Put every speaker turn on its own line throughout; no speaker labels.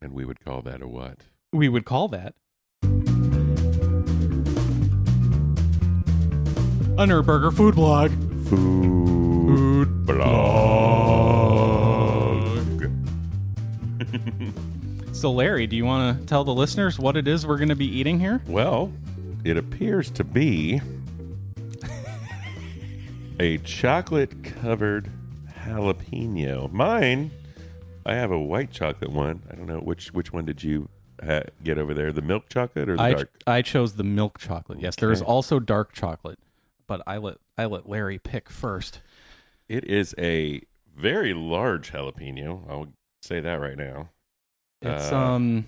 And we would call that a what?
We would call that. A Nerd Burger food blog.
Food
Food
blog.
So, Larry, do you want to tell the listeners what it is we're going to be eating here?
Well, it appears to be a chocolate covered jalapeno. Mine, I have a white chocolate one. I don't know which which one did you ha- get over there? The milk chocolate or the
I,
dark?
I chose the milk chocolate. Yes, there is
Okay.
also dark chocolate, but I let I let Larry pick first.
It is a very large jalapeno. I'll say that right now.
It's
Uh,
um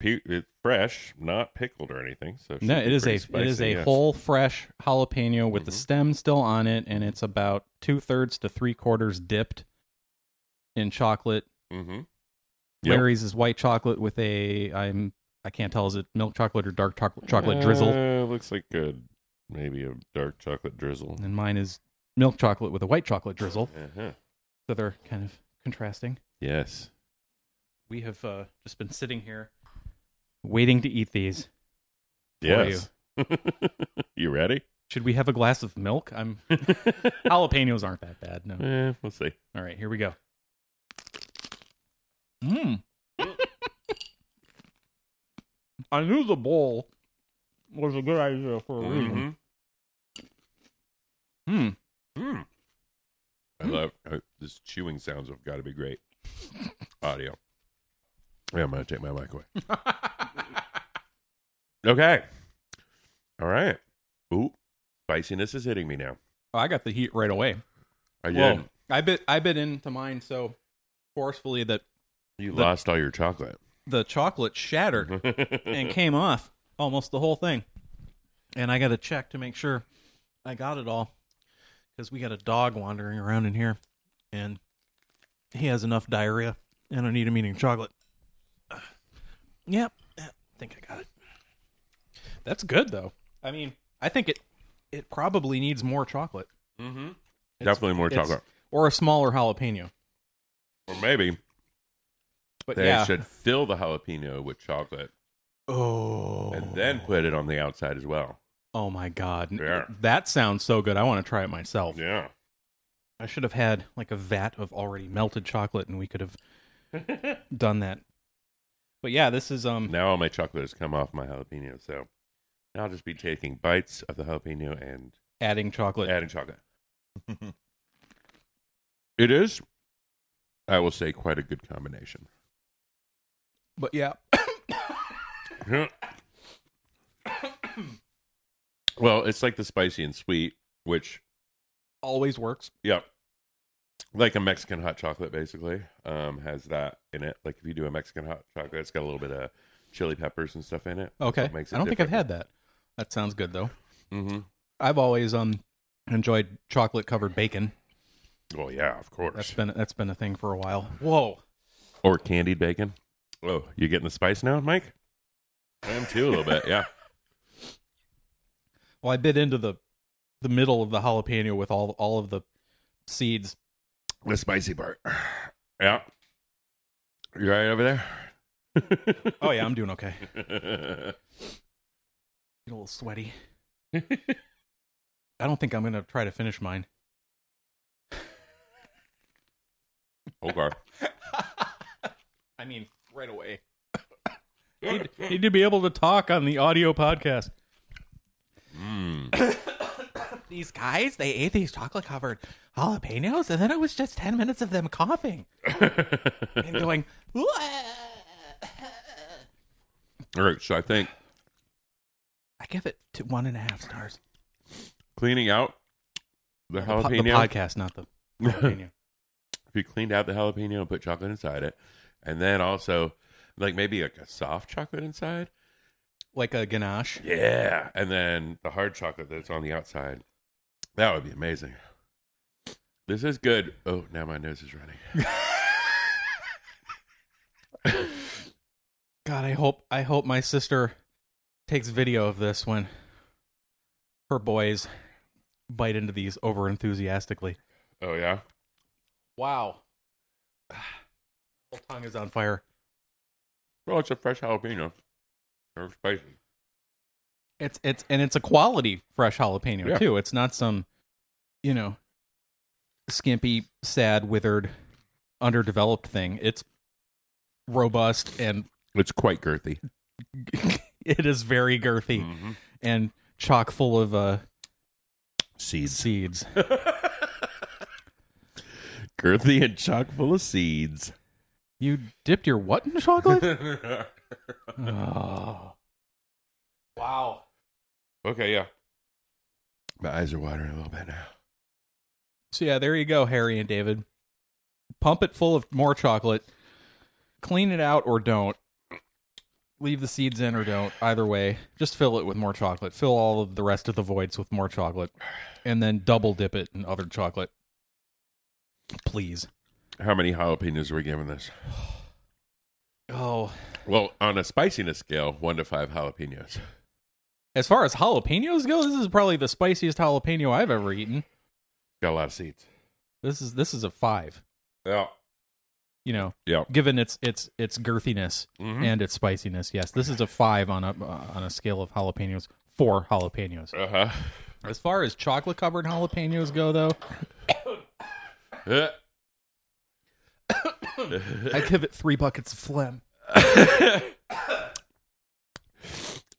Pe- it's fresh, not pickled or anything. So should
no,
be
it is a
pretty
it is
spicy,
a
yes.
whole fresh jalapeno with the
Mhm.
stem still on it, and it's about two thirds to three quarters dipped in chocolate.
Mm-hmm.
Larry's is white chocolate with a I'm I can't tell is it milk chocolate or dark chocolate chocolate drizzle,
Uh, looks like a maybe a dark chocolate drizzle.
and mine is milk chocolate with a white chocolate drizzle.
Uh-huh.
So they're kind of contrasting.
Yes.
We have uh, just been sitting here waiting to eat these.
Yes. you ready?
Should we have a glass of milk? I'm jalapenos aren't that bad. No.
Eh, we'll see.
All right, here we go. Mmm. I knew the bowl was a good idea for a reason.
Mhm.
Hmm.
Mm. I love uh, this chewing sounds. Have got to be great audio. Yeah, I'm gonna take my mic away. Okay. All right. Ooh, spiciness is hitting me now.
Oh, I got the heat right away.
I
Well,
did.
I bit I bit into mine so forcefully that
You
the-
lost all your chocolate.
the chocolate shattered
Mm-hmm.
and came off almost the whole thing. And I got to check to make sure I got it all because we got a dog wandering around in here and he has enough diarrhea and I need him eating chocolate. Yep, I think I got it. That's good though. I mean, I think it it probably needs more chocolate
mm-hmm. Definitely more
it's-
chocolate.
or a smaller jalapeno.
Or maybe
But
they
yeah.
should fill the jalapeno with chocolate
Oh.
and then put it on the outside as well.
Oh my god.
Yeah.
That sounds so good. I want to try it myself.
Yeah.
I should have had like a vat of already melted chocolate and we could have done that. But yeah, this is um
Now all my chocolate has come off my jalapeno, so I'll just be taking bites of the jalapeno and
adding chocolate.
adding chocolate. it is, I will say, quite a good combination.
But yeah.
well, it's like the spicy and sweet, which
Always works.
Yep. Like a Mexican hot chocolate, basically, um, has that in it. Like if you do a Mexican hot chocolate, it's got a little bit of chili peppers and stuff in it.
Okay.
That makes it
I don't think I've had that. That sounds good though.
Mm-hmm.
I've always um enjoyed chocolate covered bacon.
Well, yeah, of course.
That's been that's been a thing for a while. Whoa.
or candied bacon. Oh, you getting the spice now, Mike? I am too a little bit. Yeah.
Well, I bit into the the middle of the jalapeno with all all of the seeds.
The spicy part. Yeah. You all right over there?
Oh yeah, I'm doing okay.
yeah.
Get a little sweaty. I don't think I'm gonna try to finish mine.
okay.
I mean, right away. need, need to be able to talk on the audio podcast.
Mm.
These guys, they ate these chocolate covered jalapenos, and then it was just 10 minutes of them coughing and going, I
all right. So I think
give it to one and a half stars.
cleaning out the
The, po- the
jalapeno.
podcast, not the jalapeno.
if you cleaned out the jalapeno and put chocolate inside it, and then also like maybe like a soft chocolate inside,
like a ganache.
yeah, and then the hard chocolate that's on the outside, that would be amazing. This is good. Oh, now my nose is running.
God, I hope I hope my sister takes video of this when her boys bite into these over enthusiastically.
Oh yeah,
Wow. Whole tongue is on fire.
Well, it's a fresh jalapeno. They're spicy.
It's it's and it's a quality fresh jalapeno
Yeah.
too. It's not some, you know, skimpy, sad, withered, underdeveloped thing. It's robust and
It's quite girthy.
it is very girthy
Mm-hmm.
and chock full of uh,
Seeds.
seeds.
Girthy and chock full of seeds.
You dipped your what in chocolate?
okay,
oh. Wow.
yeah. My eyes are watering a little bit now.
So yeah, there you go, Harry and David. Pump it full of more chocolate. Clean it out or don't. Leave the seeds in or don't. Either way, just fill it with more chocolate. Fill all of the rest of the voids with more chocolate, and then double dip it in other chocolate. Please.
How many jalapenos are we giving this?
Oh,
Well, on a spiciness scale, one to five jalapenos.
as far as jalapenos go, this is probably the spiciest jalapeno I've ever eaten.
Got a lot of seeds.
This is this is a five.
Yeah.
You know,
Yeah.
given its its its girthiness.
Mhm.
and its spiciness. Yes, this is a five on a uh, on a scale of jalapenos. Four jalapenos.
Uh-huh.
As far as chocolate covered jalapenos go, though,
Uh
I give it three buckets of phlegm.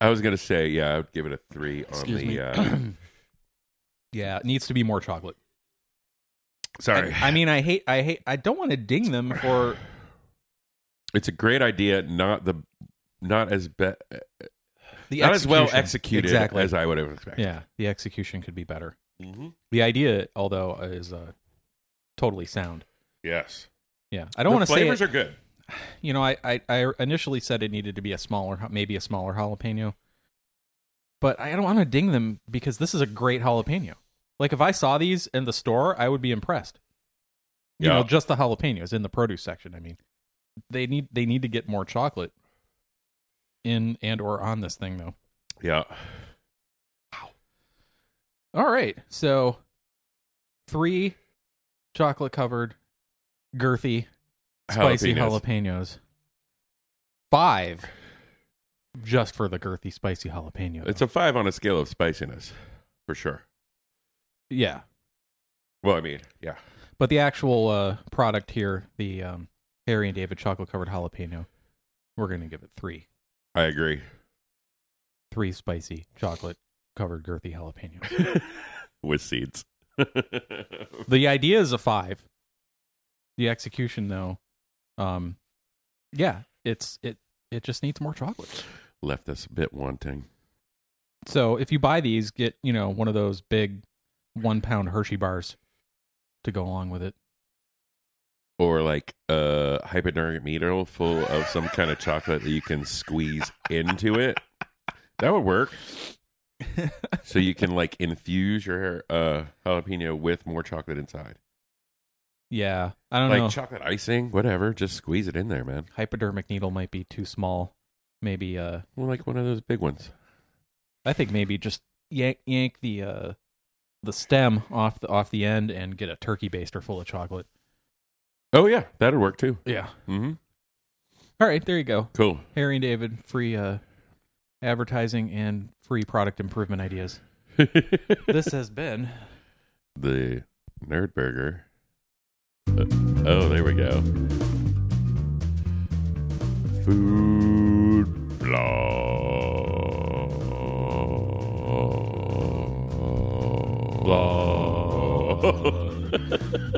I was gonna say, yeah, I would give it a three on
Excuse
the.
me.
Uh,
yeah, it needs to be more chocolate.
sorry,
I, I mean, I hate, I hate, I don't want to ding them for.
it's a great idea. Not the, not as be, not
The
as well
execution.
executed
Exactly.
as I would have expected.
yeah, the execution could be better.
Mm-hmm.
The idea, although, is uh, totally sound.
Yes,
Yeah, I don't
the
want to say.
flavors
It,
are good.
you know, I, I I initially said it needed to be a smaller, maybe a smaller jalapeno, but I don't want to ding them because this is a great jalapeno. Like if I saw these in the store, I would be impressed. You
Yeah.
know, just the jalapenos in the produce section. I mean, they need they need to get more chocolate in and or on this thing though.
Yeah,
All right, so three chocolate covered, girthy spicy
Jalapenos.
jalapenos. Five, just for the girthy spicy jalapeno.
It's a five on a scale of spiciness, for sure.
yeah,
Well, I mean, yeah,
but the actual uh, product here, the um, Harry and David chocolate covered jalapeno, we're gonna give it three,
I agree.
three spicy chocolate covered girthy jalapeno.
With seeds.
the idea is a five. The execution, though, um, yeah, it's it it just needs more chocolate.
Left us a bit wanting.
So if you buy these, get you know one of those big one pound Hershey bars to go along with it.
Or like a hypodermic needle full of some kind of chocolate that you can squeeze into it. That would work. so you can like infuse your uh, jalapeno with more chocolate inside.
Yeah, I don't
Like
know.
chocolate icing, whatever. Just squeeze it in there, man.
Hypodermic needle might be too small. Maybe uh,
Well, like one of those big ones.
I think maybe just yank yank the uh the stem off the off the end and get a turkey baster full of chocolate.
Oh, yeah. That'd work too.
Yeah.
hmm
All right, there you go.
Cool.
Harry and David, free uh advertising and free product improvement ideas. this has been
the nerd burger. Uh, oh, there we go. Food blog.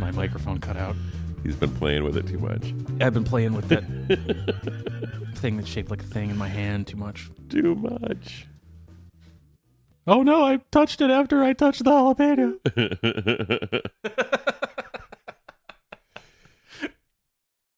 my microphone cut out.
He's been playing with it too much.
I've been playing with that thing that's shaped like a thing in my hand too much.
Too much.
Oh no, I touched it after I touched the jalapeno.